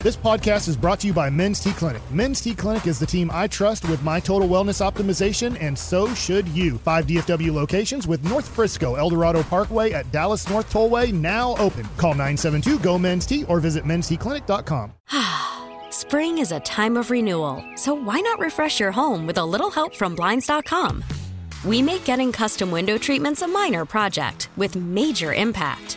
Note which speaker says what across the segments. Speaker 1: This podcast is brought to you by Men's T Clinic. Men's T Clinic is the team I trust with my total wellness optimization, and so should you. Five DFW locations with North Frisco, Eldorado Parkway at Dallas North Tollway now open. Call 972 GO Men's T or visit mensteclinic.com.
Speaker 2: Spring is a time of renewal, so why not refresh your home with a little help from Blinds.com? We make getting custom window treatments a minor project with major impact.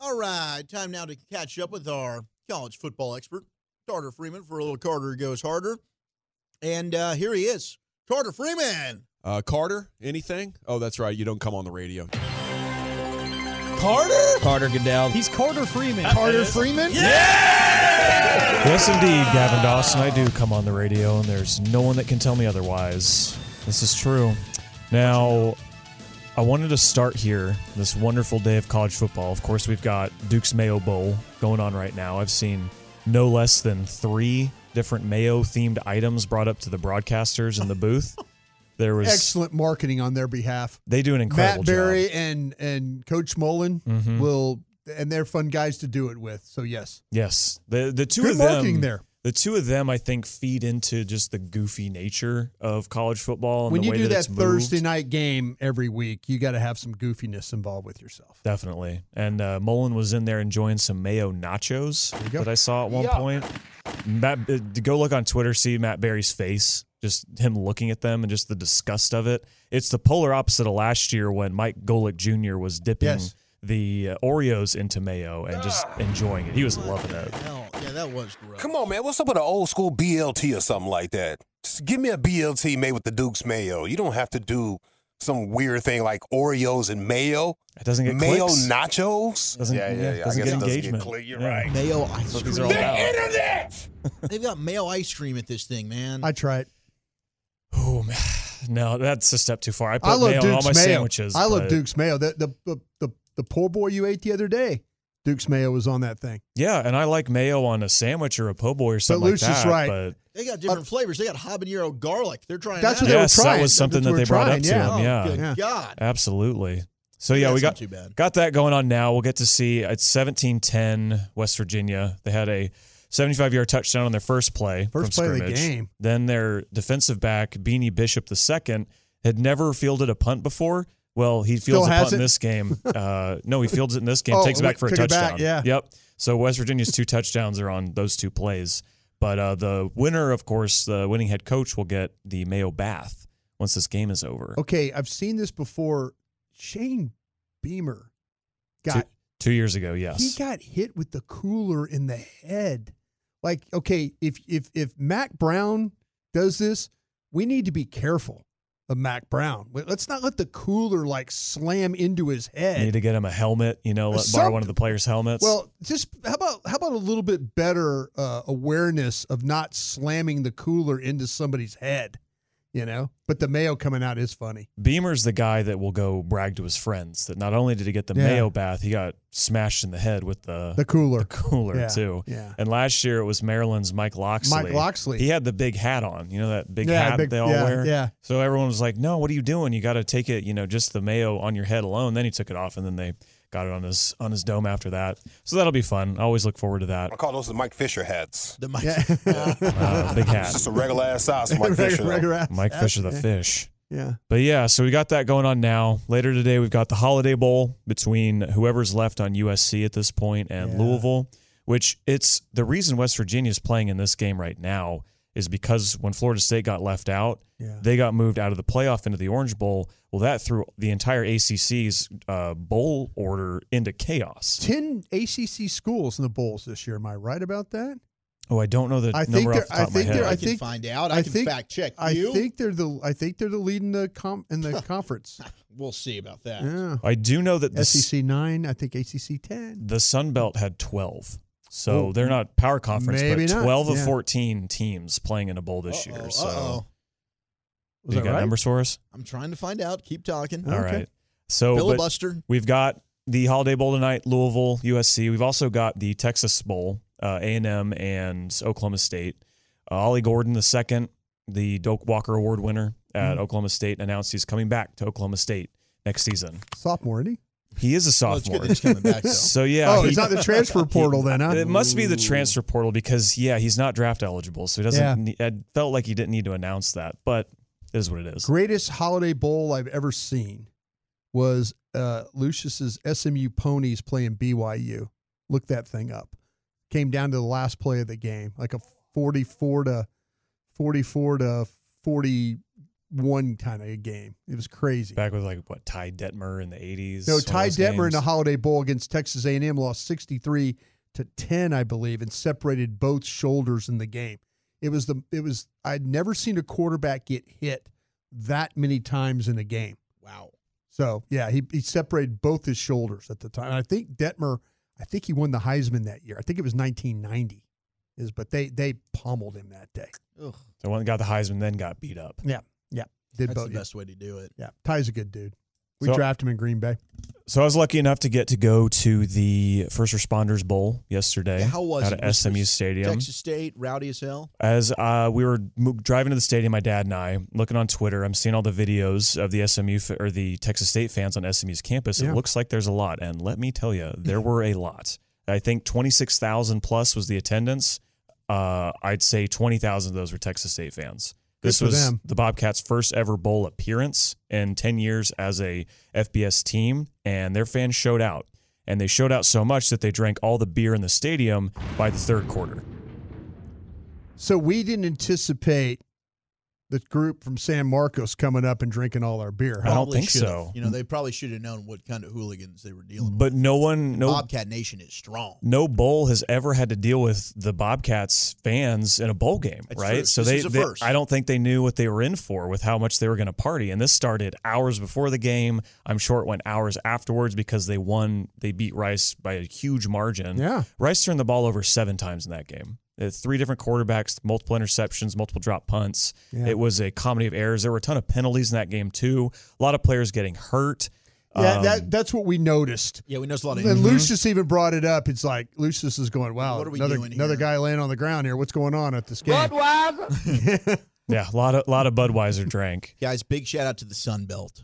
Speaker 3: All right, time now to catch up with our college football expert, Carter Freeman, for a little Carter Goes Harder. And uh, here he is, Carter Freeman.
Speaker 4: Uh, Carter, anything? Oh, that's right. You don't come on the radio.
Speaker 3: Carter?
Speaker 5: Carter Goodell.
Speaker 6: He's Carter Freeman.
Speaker 1: Carter Freeman?
Speaker 6: Yes, indeed, Gavin Dawson. I do come on the radio, and there's no one that can tell me otherwise. This is true. Now, I wanted to start here this wonderful day of college football. Of course, we've got Duke's Mayo Bowl going on right now. I've seen no less than three different Mayo themed items brought up to the broadcasters in the booth. There was
Speaker 7: excellent marketing on their behalf.
Speaker 6: They do an incredible
Speaker 7: Matt Berry
Speaker 6: job.
Speaker 7: and and Coach Mullen
Speaker 6: Mhm.
Speaker 7: will, and they're fun guys to do it with. So yes,
Speaker 6: Yes, the the two
Speaker 7: Good
Speaker 6: of them
Speaker 7: marketing there.
Speaker 6: The two of them, I think, feed into just the goofy nature of college football. And
Speaker 7: when
Speaker 6: the
Speaker 7: you
Speaker 6: way
Speaker 7: do that
Speaker 6: that, it's moved.
Speaker 7: Thursday night game every week, you got to have some goofiness involved with yourself.
Speaker 6: Definitely. And uh, Mullen was in there enjoying some mayo nachos
Speaker 7: go.
Speaker 6: that I saw at one point. Matt, uh, go look on Twitter, see Matt Barry's face, just him looking at them and just the disgust of it. It's the polar opposite of last year when Mike Golick Jr. was dipping
Speaker 7: Yes. Ah.
Speaker 6: the uh, Oreos into mayo and just enjoying it. He was loving it.
Speaker 3: Hell, yeah, that was gross.
Speaker 8: Come on, man. What's up with an old school BLT or something like that? Just give me a BLT made with the Duke's mayo. You don't have to do some weird thing like Oreos and mayo.
Speaker 6: It doesn't get
Speaker 8: mayo
Speaker 6: clicks.
Speaker 8: nachos?
Speaker 6: Doesn't- yeah, doesn't get
Speaker 8: it
Speaker 6: engagement.
Speaker 8: click. You're
Speaker 6: Yeah.
Speaker 8: right.
Speaker 3: Mayo ice
Speaker 6: what these
Speaker 3: cream.
Speaker 6: are all about.
Speaker 8: Internet!
Speaker 3: They've got mayo ice cream at this thing, man.
Speaker 7: I try it.
Speaker 6: Oh, man. No, that's a step too far. I put
Speaker 7: I love
Speaker 6: mayo on all
Speaker 7: Duke's
Speaker 6: my
Speaker 7: mayo.
Speaker 6: sandwiches.
Speaker 7: I love
Speaker 6: but-
Speaker 7: Duke's mayo. The the, the the the poor boy you ate the other day, Duke's mayo was on that thing.
Speaker 6: Yeah, and I like mayo on a sandwich or a po' boy or something like
Speaker 7: Lucius
Speaker 6: that.
Speaker 7: right.
Speaker 6: But
Speaker 3: they got different flavors. They got habanero garlic. They're trying
Speaker 7: That's
Speaker 3: that Oh,
Speaker 7: what they were
Speaker 6: Yes, that
Speaker 7: trying.
Speaker 6: was something
Speaker 7: That's
Speaker 6: that
Speaker 7: what
Speaker 6: they brought
Speaker 7: we're
Speaker 6: up to him,
Speaker 7: trying,
Speaker 6: yeah.
Speaker 3: Good
Speaker 7: Yeah. Oh,
Speaker 3: God.
Speaker 6: Absolutely. So yeah,
Speaker 3: That's
Speaker 6: we
Speaker 3: not
Speaker 6: got
Speaker 3: too bad.
Speaker 6: got that going on now. We'll get to see it's seventeen ten West Virginia. They had a seventy five yard touchdown on their first play.
Speaker 7: First
Speaker 6: from
Speaker 7: play of the
Speaker 6: scrimmage.
Speaker 7: game.
Speaker 6: Then their defensive back, Beanie Bishop II, had never fielded a punt before. Well, he
Speaker 7: Still
Speaker 6: fields a punt
Speaker 7: hasn't?
Speaker 6: in this game. Uh, no, he fields it in this game,
Speaker 7: Oh,
Speaker 6: takes it back
Speaker 7: we
Speaker 6: for a
Speaker 7: took it
Speaker 6: touchdown.
Speaker 7: back, yeah.
Speaker 6: Yep. So West Virginia's two touchdowns are on those two plays. But uh, the winner, of course, the winning head coach will get the Mayo Bath once this game is over.
Speaker 7: Okay, I've seen this before. Shane Beamer
Speaker 6: Two,
Speaker 7: got
Speaker 6: two years ago, yes.
Speaker 7: He got hit with the cooler in the head. Like, okay, if if if Mac Brown does this, we need to be careful of Mac Brown. Let- Let's not let the cooler like slam into his
Speaker 6: I need
Speaker 7: head.
Speaker 6: to get him a helmet, you know, let, borrow
Speaker 7: Some-
Speaker 6: one of the players' helmets.
Speaker 7: Well, just how about how about a little bit better uh, awareness of not slamming the cooler into somebody's head, you know? But the mayo coming out is funny.
Speaker 6: Beamer's the guy that will go brag to his friends that not only did he get the
Speaker 7: Yeah.
Speaker 6: mayo bath, he got smashed in the head with the,
Speaker 7: The cooler,
Speaker 6: the cooler,
Speaker 7: Yeah,
Speaker 6: too.
Speaker 7: yeah.
Speaker 6: And last year it was Maryland's Mike Loxley.
Speaker 7: Mike Loxley.
Speaker 6: He had the big hat on, you know, that big
Speaker 7: Yeah,
Speaker 6: hat
Speaker 7: big-
Speaker 6: they all
Speaker 7: yeah,
Speaker 6: wear.
Speaker 7: yeah.
Speaker 6: So everyone was like, no, what are you doing? You got to take it, you know, just the mayo on your head alone. Then he took it off and then they got it on his on his dome after that. So that'll be fun. I always look forward to that.
Speaker 8: I call those the Mike Fisher hats.
Speaker 3: The mic.
Speaker 6: Uh, big
Speaker 8: It's
Speaker 6: hat.
Speaker 8: just a regular ass size Mike Fisher. though.
Speaker 7: Regular ass.
Speaker 6: Mike Fisher the fish.
Speaker 7: Yeah.
Speaker 6: But yeah, so we got that going on now. Later today, we've got the Holiday Bowl between whoever's left on USC at this point and Louisville, which it's the reason West Virginia's playing in this game right now is because when Florida State got left out,
Speaker 7: Yeah.
Speaker 6: they got moved out of the playoff into the Orange Bowl. Well, that threw the entire ACC's uh, bowl order into chaos.
Speaker 7: 10 ACC schools in the bowls this year. Am I right about that?
Speaker 6: Oh, I don't know the
Speaker 7: I think
Speaker 6: number off
Speaker 7: they're-
Speaker 6: the top
Speaker 7: I
Speaker 6: of my
Speaker 7: think
Speaker 6: head.
Speaker 7: they're-
Speaker 3: I,
Speaker 7: I
Speaker 3: can
Speaker 7: think-
Speaker 3: find out. I,
Speaker 7: I
Speaker 3: can
Speaker 7: think-
Speaker 3: fact check
Speaker 7: I
Speaker 3: you.
Speaker 7: think they're the I think they're the lead in the com in the conference.
Speaker 3: we'll see about that.
Speaker 7: Yeah.
Speaker 6: I do know that the, s-
Speaker 7: SEC 9, I think ACC 10.
Speaker 6: the Sun Belt had 12. So
Speaker 7: Oh.
Speaker 6: they're not power conference,
Speaker 7: Maybe
Speaker 6: but
Speaker 7: not,
Speaker 6: 12 of
Speaker 7: yeah.
Speaker 6: 14 teams playing in a bowl this
Speaker 3: Uh-oh,
Speaker 6: year. So
Speaker 3: uh-oh.
Speaker 7: Was
Speaker 6: you
Speaker 7: that
Speaker 6: got
Speaker 7: right? Oh,
Speaker 6: numbers for us?
Speaker 3: I'm trying to find out. Keep talking.
Speaker 7: Okay.
Speaker 6: All right. So but-
Speaker 3: Filibuster.
Speaker 6: We've got the Holiday Bowl tonight, Louisville, USC. We've also got the Texas Bowl, uh, A&M and Oklahoma State. Uh, Ollie Gordon the second, the Doak Walker Award winner at
Speaker 7: Mm-hmm.
Speaker 6: Oklahoma State, announced he's coming back to Oklahoma State next season.
Speaker 7: Sophomore, isn't he?
Speaker 6: He is a
Speaker 3: Oh, it's
Speaker 6: sophomore.
Speaker 3: good that he's coming back, though.
Speaker 6: so yeah,
Speaker 7: oh,
Speaker 6: he-
Speaker 7: it's not the transfer portal then, huh?
Speaker 6: it must be the transfer portal because yeah, he's not draft eligible, so he doesn't.
Speaker 7: Yeah.
Speaker 6: ne- it felt like he didn't need to announce that, but it is what it is.
Speaker 7: Greatest holiday bowl I've ever seen was uh, Lucius's SMU Ponies playing BYU. Look that thing up. Came down to the last play of the game, like a forty-four to forty-four to forty-one kind of a game. It was crazy.
Speaker 6: Back with like what Ty Detmer in the eighties.
Speaker 7: No, Ty Detmer in the Holiday Bowl against Texas A&M lost 63 to 10, I believe, and separated both shoulders in the game. It was the it was I'd never seen a quarterback get hit that many times in a game.
Speaker 3: Wow.
Speaker 7: So yeah, he he separated both his shoulders at the time. And I think Detmer, I think he won the Heisman that year. I think it was 1990. Is but they they pommeled him that day.
Speaker 3: Ugh,
Speaker 6: the one that got the Heisman, then got beat up.
Speaker 7: Did
Speaker 3: that's
Speaker 7: both?
Speaker 3: the
Speaker 7: Yeah,
Speaker 3: best way to do it.
Speaker 7: yeah, Ty's a good dude. We
Speaker 6: So-
Speaker 7: draft him in Green Bay.
Speaker 6: So I was lucky enough to get to go to the First Responders Bowl yesterday
Speaker 3: Yeah, how was
Speaker 6: out
Speaker 3: it?
Speaker 6: at
Speaker 3: Was
Speaker 6: SMU
Speaker 3: this
Speaker 6: Stadium.
Speaker 3: Texas State, rowdy as hell.
Speaker 6: As uh, we were mo- driving to the stadium, my dad and I looking on Twitter, I'm seeing all the videos of the SMU f- or the Texas State fans on SMU's campus.
Speaker 7: Yeah.
Speaker 6: It looks like there's a lot, and let me tell you, there were a lot. I think 26,000 plus was the attendance. Uh, I'd say 20,000 of those were Texas State fans.
Speaker 7: Good
Speaker 6: This
Speaker 7: for
Speaker 6: was
Speaker 7: them.
Speaker 6: the Bobcats' first ever bowl appearance in 10 years as a FBS team, and their fans showed out. And they showed out so much that they drank all the beer in the stadium by the third quarter.
Speaker 7: So we didn't anticipate the group from San Marcos coming up and drinking all our beer.
Speaker 6: I
Speaker 7: huh?
Speaker 6: don't
Speaker 3: Probably
Speaker 6: think
Speaker 3: should've.
Speaker 6: so. Mm.
Speaker 3: You know, they probably should have known what kind of hooligans they were dealing with.
Speaker 6: But no one, no Mm.
Speaker 3: Bobcat Nation is strong.
Speaker 6: no bowl has ever had to deal with the Bobcats fans in a bowl game,
Speaker 3: That's
Speaker 6: right?
Speaker 3: true.
Speaker 6: So
Speaker 3: This
Speaker 6: they,
Speaker 3: is a
Speaker 6: they-
Speaker 3: first.
Speaker 6: I don't think they knew what they were in for with how much they were going to party. And this started hours before the game. I'm sure it went hours afterwards because they won. They beat Rice by a huge margin.
Speaker 7: Yeah.
Speaker 6: Rice turned the ball over seven times in that game. Uh, Three different quarterbacks, multiple interceptions, multiple drop punts.
Speaker 7: Yeah.
Speaker 6: It was a comedy of errors. There were a ton of penalties in that game too. A lot of players getting hurt.
Speaker 3: Oh,
Speaker 7: Yeah,
Speaker 6: Um,
Speaker 7: that, that's what we noticed.
Speaker 3: Yeah, we know it's a lot of.
Speaker 7: And Lucius even brought it up. It's like Lucius is going, "Wow,
Speaker 3: Mm-hmm. What are we
Speaker 7: another
Speaker 3: doing
Speaker 7: another
Speaker 3: here?"
Speaker 7: guy laying on the ground here. What's going on at this game?"
Speaker 6: yeah, a lot of lot of Budweiser drank.
Speaker 3: Guys, big shout out to the Sun Belt.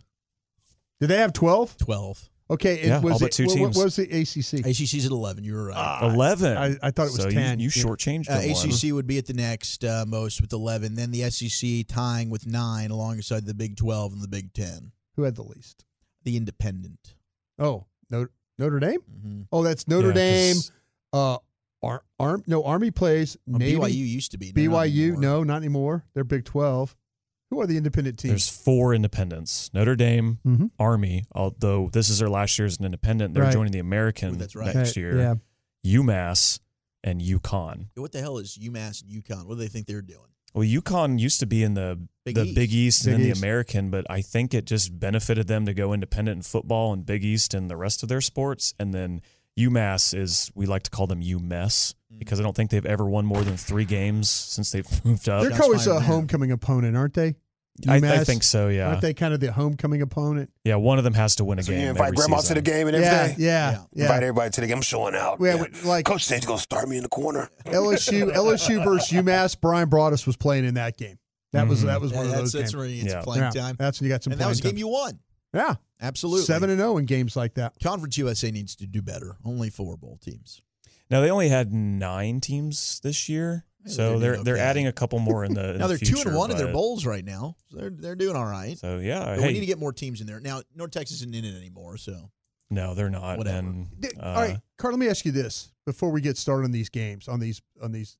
Speaker 7: Did they have twelve?
Speaker 3: 12.
Speaker 7: Okay, it
Speaker 6: Yeah,
Speaker 7: was
Speaker 6: all but
Speaker 7: it-
Speaker 6: two
Speaker 7: what, what
Speaker 6: teams.
Speaker 7: was the ACC?
Speaker 3: ACC's at 11. You were right.
Speaker 7: Ah,
Speaker 6: Eleven.
Speaker 7: I, I thought it was
Speaker 6: so you-
Speaker 7: ten.
Speaker 6: You, shortchanged
Speaker 3: Uh,
Speaker 6: them one.
Speaker 3: ACC would be at the next uh, most with 11, then the SEC tying with 9 alongside the Big 12 and the Big 10.
Speaker 7: Who had the least?
Speaker 3: The Independent.
Speaker 7: Oh, Notre, Notre Dame.
Speaker 3: Mm-hmm.
Speaker 7: Oh, that's Notre
Speaker 6: Yeah, 'cause- Oh,
Speaker 7: Dame. Uh, Ar- Arm no Army plays Navy.
Speaker 3: BYU used to be. They're not
Speaker 7: BYU,
Speaker 3: anymore.
Speaker 7: no, not anymore. They're Big Twelve. Who are the independent
Speaker 6: There's
Speaker 7: teams?
Speaker 6: four independents: Notre Dame,
Speaker 7: Mhm.
Speaker 6: Army. Although this is their last year as an independent, they're
Speaker 7: Right.
Speaker 6: joining the American
Speaker 3: Ooh, that's right.
Speaker 6: next
Speaker 7: Hey,
Speaker 6: year.
Speaker 7: Yeah,
Speaker 6: UMass and UConn.
Speaker 3: What the hell is UMass and UConn? What do they think they're doing?
Speaker 6: Well, UConn used to be in the
Speaker 3: Big
Speaker 6: the
Speaker 3: East.
Speaker 6: Big East and
Speaker 7: Big
Speaker 6: then
Speaker 7: East.
Speaker 6: the American, but I think it just benefited them to go independent in football and Big East and the rest of their sports. And then UMass is we like to call them UMess
Speaker 7: Mm.
Speaker 6: because I don't think they've ever won more than three games since they've moved up.
Speaker 7: they're
Speaker 3: Shots
Speaker 7: always
Speaker 3: fired
Speaker 7: a
Speaker 3: now.
Speaker 7: homecoming opponent, aren't they?
Speaker 6: I, I
Speaker 7: UMass?
Speaker 6: think so. Yeah,
Speaker 7: Aren't they kind of the homecoming opponent?
Speaker 6: yeah. One of them has to win a
Speaker 8: So
Speaker 6: game.
Speaker 8: you invite
Speaker 6: every
Speaker 8: grandma
Speaker 6: season.
Speaker 8: to the game and
Speaker 7: yeah,
Speaker 8: everything.
Speaker 7: yeah, yeah.
Speaker 8: Invite everybody to the game. I'm showing out.
Speaker 7: Yeah,
Speaker 8: man.
Speaker 7: but, like-
Speaker 8: Coach said he's gonna start me in the corner.
Speaker 7: LSU, LSU versus UMass. Brian Broadus was playing in that game. That was
Speaker 6: Mhm.
Speaker 7: that was one
Speaker 3: Yeah,
Speaker 7: of
Speaker 3: that's
Speaker 7: those
Speaker 3: that's
Speaker 7: games.
Speaker 3: where it's
Speaker 6: Yeah.
Speaker 3: playing
Speaker 7: Yeah,
Speaker 3: time.
Speaker 7: That's when you got some.
Speaker 3: And that
Speaker 7: playing
Speaker 3: was a
Speaker 7: time.
Speaker 3: game you won.
Speaker 7: yeah,
Speaker 3: Absolutely.
Speaker 7: seven and zero in games like that.
Speaker 3: Conference USA needs to do better. Only four bowl teams.
Speaker 6: Now they only had nine teams this year,
Speaker 3: Yeah, they're
Speaker 6: so
Speaker 3: doing
Speaker 6: they're they're,
Speaker 3: okay.
Speaker 6: adding a couple more in the. in
Speaker 3: now
Speaker 6: the
Speaker 3: they're two
Speaker 6: future,
Speaker 3: and one in their
Speaker 6: but-
Speaker 3: bowls right now. So they're they're doing all right.
Speaker 6: So yeah,
Speaker 3: But
Speaker 6: hey,
Speaker 3: we need to get more teams in there. Now North Texas isn't in it anymore, so
Speaker 6: no, they're not.
Speaker 3: Whatever.
Speaker 6: And,
Speaker 7: Did-
Speaker 6: uh,
Speaker 7: all right, Carl. Let me ask you this before we get started on these games. On these, on these,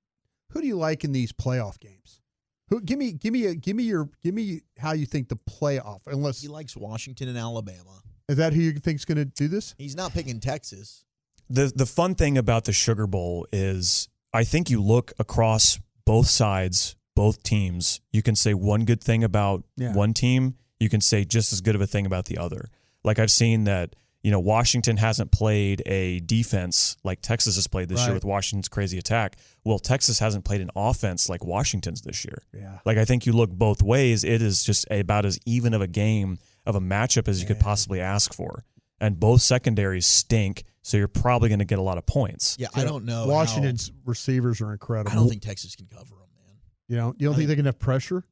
Speaker 7: who do you like in these playoff games? Who? Give me, give me, a, give me your, give me how you think the playoff. Unless
Speaker 3: He likes Washington and Alabama.
Speaker 7: is that who you think's going to do this?
Speaker 3: He's not picking Texas.
Speaker 6: the the fun thing about the Sugar Bowl is I think you look across both sides, both teams. You can say one good thing about
Speaker 7: Yeah.
Speaker 6: one team. You can say just as good of a thing about the other. Like I've seen that you know Washington hasn't played a defense like Texas has played this
Speaker 7: Right.
Speaker 6: year with Washington's crazy attack. Well, Texas hasn't played an offense like Washington's this year.
Speaker 7: Yeah.
Speaker 6: Like I think you look both ways, it is just about as even of a game of a matchup as you could possibly ask for. And both secondaries stink, so you're probably going to get a lot of points.
Speaker 3: Yeah, I don't know. how-
Speaker 7: Washington's receivers are incredible.
Speaker 3: Oh, I don't think Texas can cover him, man.
Speaker 7: you know. You don't
Speaker 3: I
Speaker 7: think
Speaker 3: think-
Speaker 7: they can have pressure?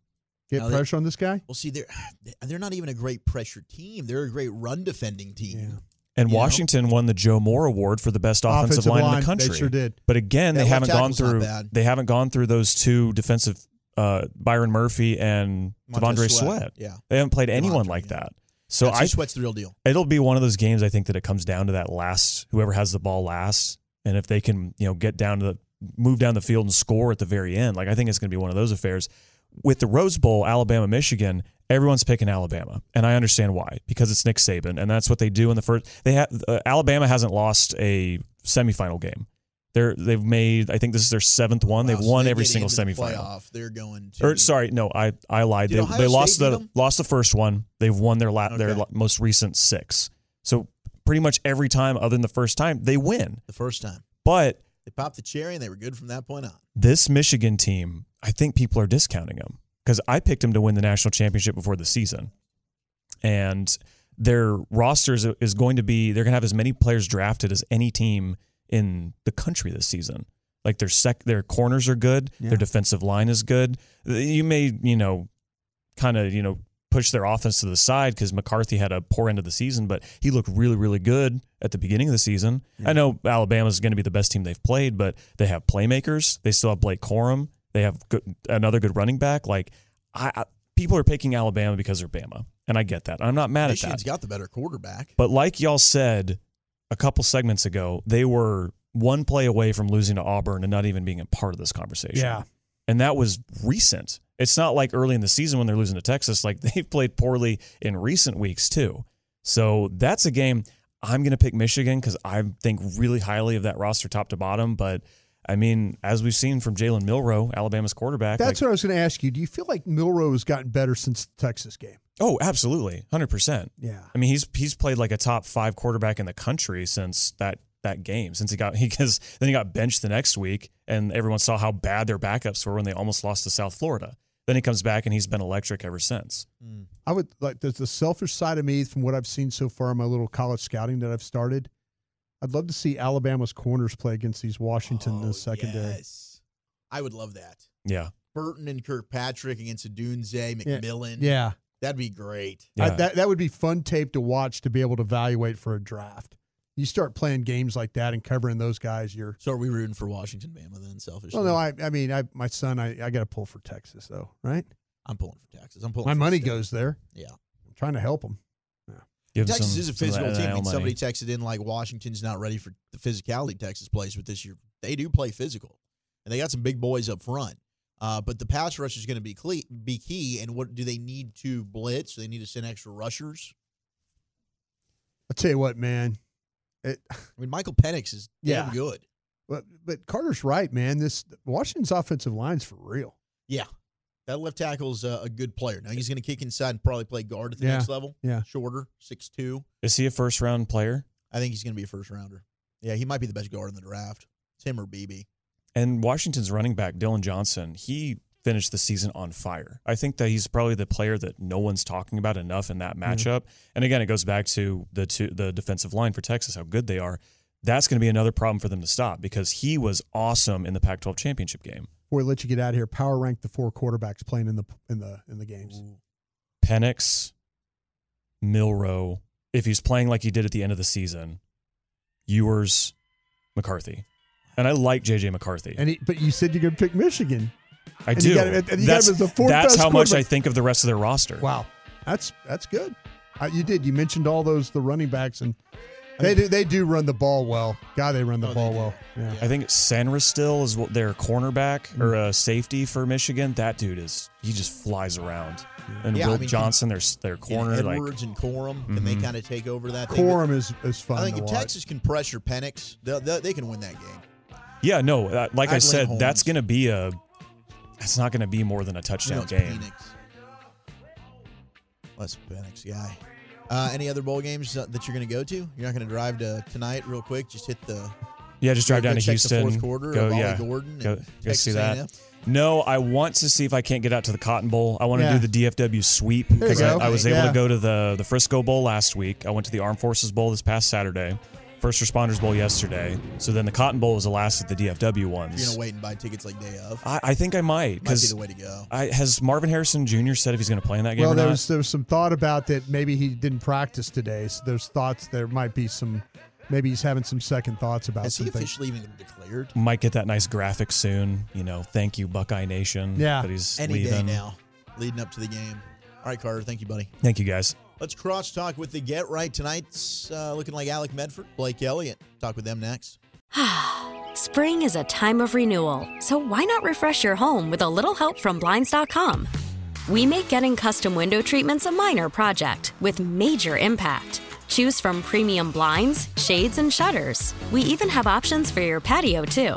Speaker 7: Get
Speaker 3: No, they-
Speaker 7: pressure on this guy?
Speaker 3: Well, see, they're they're not even a great pressure team. They're a great run defending team.
Speaker 7: Yeah.
Speaker 6: And
Speaker 3: You know?
Speaker 6: Washington won the Joe Moore Award for the best offensive,
Speaker 7: Offensive
Speaker 6: line, in
Speaker 7: line,
Speaker 6: the country.
Speaker 7: they sure did.
Speaker 6: But again,
Speaker 3: Yeah,
Speaker 6: they
Speaker 3: left
Speaker 6: haven't gone
Speaker 3: tackle's not
Speaker 6: through
Speaker 3: bad.
Speaker 6: they haven't gone through those two defensive uh, Byron Murphy and
Speaker 3: Montez
Speaker 6: Devondre Sweat.
Speaker 3: Yeah.
Speaker 6: They haven't played anyone
Speaker 3: Devondre,
Speaker 6: like
Speaker 3: yeah.
Speaker 6: that.
Speaker 3: So
Speaker 6: So
Speaker 3: That's
Speaker 6: I
Speaker 3: Sweat's the real deal.
Speaker 6: it'll be one of those games I think that it comes down to that last whoever has the ball last and if they can, you know, get down to the move down the field and score at the very end. Like I think it's going to be one of those affairs. With the Rose Bowl, Alabama, Michigan, everyone's picking Alabama, and I understand why because it's Nick Saban and that's what they do in the first they have uh, Alabama hasn't lost a semifinal game. They're they've made I think this is their seventh one.
Speaker 3: Wow,
Speaker 6: they've
Speaker 3: so
Speaker 6: won
Speaker 3: they
Speaker 6: every
Speaker 3: get
Speaker 6: single
Speaker 3: into the
Speaker 6: semifinal.
Speaker 3: Playoff. They're going to.
Speaker 6: Or sorry, no, I I lied.
Speaker 3: Did
Speaker 6: They,
Speaker 3: Ohio
Speaker 6: they lost
Speaker 3: State beat
Speaker 6: the
Speaker 3: them?
Speaker 6: lost the first one. They've won their la- their
Speaker 3: Okay.
Speaker 6: la- most recent six. So pretty much every time, other than the first time, they win.
Speaker 3: The first time.
Speaker 6: But
Speaker 3: They popped the cherry and they were good from that point on.
Speaker 6: this Michigan team, I think people are discounting them because I picked them to win the national championship before the season, and their roster is, is going to be they're going to have as many players drafted as any team in the country this season. Like their sec, their corners are good,
Speaker 7: Yeah.
Speaker 6: their defensive line is good. You may you know, kind of you know push their offense to the side because McCarthy had a poor end of the season, but he looked really really good at the beginning of the season. I know Alabama's going to be the best team they've played, but they have playmakers. They still have Blake Corum. They have good, another good running back. Like I, I people are picking Alabama because they're Bama, and I get that. I'm not mad at that.
Speaker 3: Michigan's got the better quarterback.
Speaker 6: But like y'all said a couple segments ago, they were one play away from losing to Auburn and not even being a part of this conversation.
Speaker 7: Yeah.
Speaker 6: And that was recent. It's not like early in the season when they're losing to Texas. Like they've played poorly in recent weeks, too. So that's a game I'm going to pick Michigan because I think really highly of that roster top to bottom. But I mean, as we've seen from Jalen Milrow, Alabama's quarterback,
Speaker 7: That's
Speaker 6: like,
Speaker 7: what I was going to ask you. Do you feel like Milrow has gotten better since the Texas game?
Speaker 6: oh, absolutely, hundred percent.
Speaker 7: Yeah.
Speaker 6: I mean, he's he's played like a top five quarterback in the country since that that game. Since he got he because then he got benched the next week, and everyone saw how bad their backups were when they almost lost to South Florida. Then he comes back and he's been electric ever since.
Speaker 7: I would like there's the selfish side of me from what I've seen so far in my little college scouting that I've started. I'd love to see Alabama's corners play against these Washington in
Speaker 3: Oh,
Speaker 7: the secondary.
Speaker 3: Yes. I would love that.
Speaker 6: Yeah,
Speaker 3: Burton and Kirkpatrick against Adunze, McMillan.
Speaker 7: Yeah.
Speaker 3: That'd be great.
Speaker 7: I,
Speaker 6: Yeah.
Speaker 7: that that would be fun tape to watch to be able to evaluate for a draft. You start playing games like that and covering those guys. You're
Speaker 3: So are we rooting for Washington Bama then, selfishly?
Speaker 7: well, no, I I mean, I my son, I, I got to pull for Texas though, right?
Speaker 3: am pulling for Texas. I'm pulling
Speaker 7: My
Speaker 3: for
Speaker 7: money
Speaker 3: State.
Speaker 7: goes there.
Speaker 3: Yeah.
Speaker 7: I'm trying to help him.
Speaker 6: Give him
Speaker 3: Texas
Speaker 6: some-
Speaker 3: is a
Speaker 6: some of that
Speaker 3: physical team.
Speaker 6: NIL
Speaker 3: and
Speaker 6: money.
Speaker 3: somebody texted in like Washington's not ready for the physicality Texas plays with this year. They do play physical, and they got some big boys up front. Uh, but the pass rush is going to be cle- be key. And what do they need to blitz? They need to send extra rushers.
Speaker 7: I tell you what, man. It,
Speaker 3: I mean, Michael Penix is damn
Speaker 7: Yeah.
Speaker 3: good.
Speaker 7: but but Carter's right, man. This Washington's offensive line's for real.
Speaker 3: Yeah, that left tackle's uh, a good player. Now he's going to kick inside and probably play guard at the
Speaker 7: Yeah.
Speaker 3: next level.
Speaker 7: Yeah.
Speaker 3: shorter, six two.
Speaker 6: Is he a first round player?
Speaker 3: I think he's going to be a first rounder. Yeah, he might be the best guard in the draft. It's him or BB.
Speaker 6: And Washington's running back Dylan Johnson, he finished the season on fire. I think that he's probably the player that no one's talking about enough in that
Speaker 7: Mm-hmm.
Speaker 6: matchup. And again, it goes back to the two, the defensive line for Texas, how good they are. That's going to be another problem for them to stop because he was awesome in the Pac-12 championship game.
Speaker 7: Before we let you get out of here, power rank the four quarterbacks playing in the in the in the games.
Speaker 6: Penix, Milrow, if he's playing like he did at the end of the season, Ewers, McCarthy. And I like JJ McCarthy.
Speaker 7: And he, but you said you're going to pick Michigan.
Speaker 6: I
Speaker 7: And
Speaker 6: do.
Speaker 7: you got him at- and you got
Speaker 6: that's
Speaker 7: him as the fourth
Speaker 6: that's
Speaker 7: best
Speaker 6: how much
Speaker 7: quarterback.
Speaker 6: I think of the rest of their roster.
Speaker 7: Wow, that's that's good. Uh, you did. You mentioned all those the running backs, and They do, they do run the ball well. God, they run the
Speaker 3: Oh, they
Speaker 7: ball
Speaker 3: do.
Speaker 7: well. Yeah.
Speaker 6: I think Senra still is what their cornerback or
Speaker 3: Mm.
Speaker 6: uh, safety for Michigan. That dude is he just flies around. And
Speaker 3: Yeah, I
Speaker 6: Will
Speaker 3: mean,
Speaker 6: Johnson, their their corner,
Speaker 3: and
Speaker 6: like Mm-hmm.
Speaker 3: Edwards and Corum, and they kind of take over that. thing.
Speaker 7: Quorum is, is fun.
Speaker 3: I think
Speaker 7: to
Speaker 3: if
Speaker 7: watch.
Speaker 3: Texas can pressure Penix, they'll, they'll, they can win that game.
Speaker 6: yeah, no, uh, like I
Speaker 3: I'd
Speaker 6: said,
Speaker 3: lean
Speaker 6: that's
Speaker 3: Holmes.
Speaker 6: gonna be a. That's not gonna be more than a
Speaker 3: You know,
Speaker 6: touchdown
Speaker 3: it's
Speaker 6: game.
Speaker 3: Penix. Let's Penix guy. Uh, any other bowl games that that you're going to go to? You're not going to drive to tonight real quick. Just hit the
Speaker 6: Yeah, just drive
Speaker 3: go
Speaker 6: down to
Speaker 3: check the
Speaker 6: Houston.
Speaker 3: fourth quarter of
Speaker 6: go,
Speaker 3: Ollie
Speaker 6: yeah,
Speaker 3: Gordon
Speaker 6: go,
Speaker 3: and
Speaker 6: go
Speaker 3: Texas
Speaker 6: see that.
Speaker 3: A&M.
Speaker 6: No, I want to see if I can't get out to the Cotton Bowl. I want to
Speaker 7: Yeah.
Speaker 6: do the DFW sweep because I,
Speaker 7: go.
Speaker 6: I was able
Speaker 7: Yeah.
Speaker 6: to go to the the Frisco Bowl last week. I went to the Armed Forces Bowl this past Saturday, First Responders Bowl yesterday. So then the Cotton Bowl was the last of the DFW
Speaker 3: You're going
Speaker 6: ones.
Speaker 3: to wait and buy tickets like day of.
Speaker 6: I, I think I might
Speaker 3: Might be
Speaker 6: because
Speaker 3: the way to go.
Speaker 6: I has Marvin Harrison Jr. said if he's going to play in that game
Speaker 7: Well,
Speaker 6: or
Speaker 7: there
Speaker 6: not.
Speaker 7: was there was some thought about that maybe he didn't practice today. So there's thoughts there might be some maybe he's having some second thoughts about
Speaker 3: Has he
Speaker 7: something.
Speaker 3: officially even been declared?
Speaker 6: might get that nice graphic soon. You know, thank you Buckeye Nation.
Speaker 7: Yeah.
Speaker 6: that he's
Speaker 3: Any
Speaker 6: leaving.
Speaker 3: day now, leading up to the game. All right, Carter. Thank you, buddy.
Speaker 6: Thank you guys.
Speaker 3: Let's cross talk with the Get Right tonight's uh, looking like Alec Medford, Blake Elliott. Talk with them next.
Speaker 2: Spring is a time of renewal, so why not refresh your home with a little help from Blinds.com? We make getting custom window treatments a minor project with major impact. Choose from premium blinds, shades, and shutters. We even have options for your patio, too.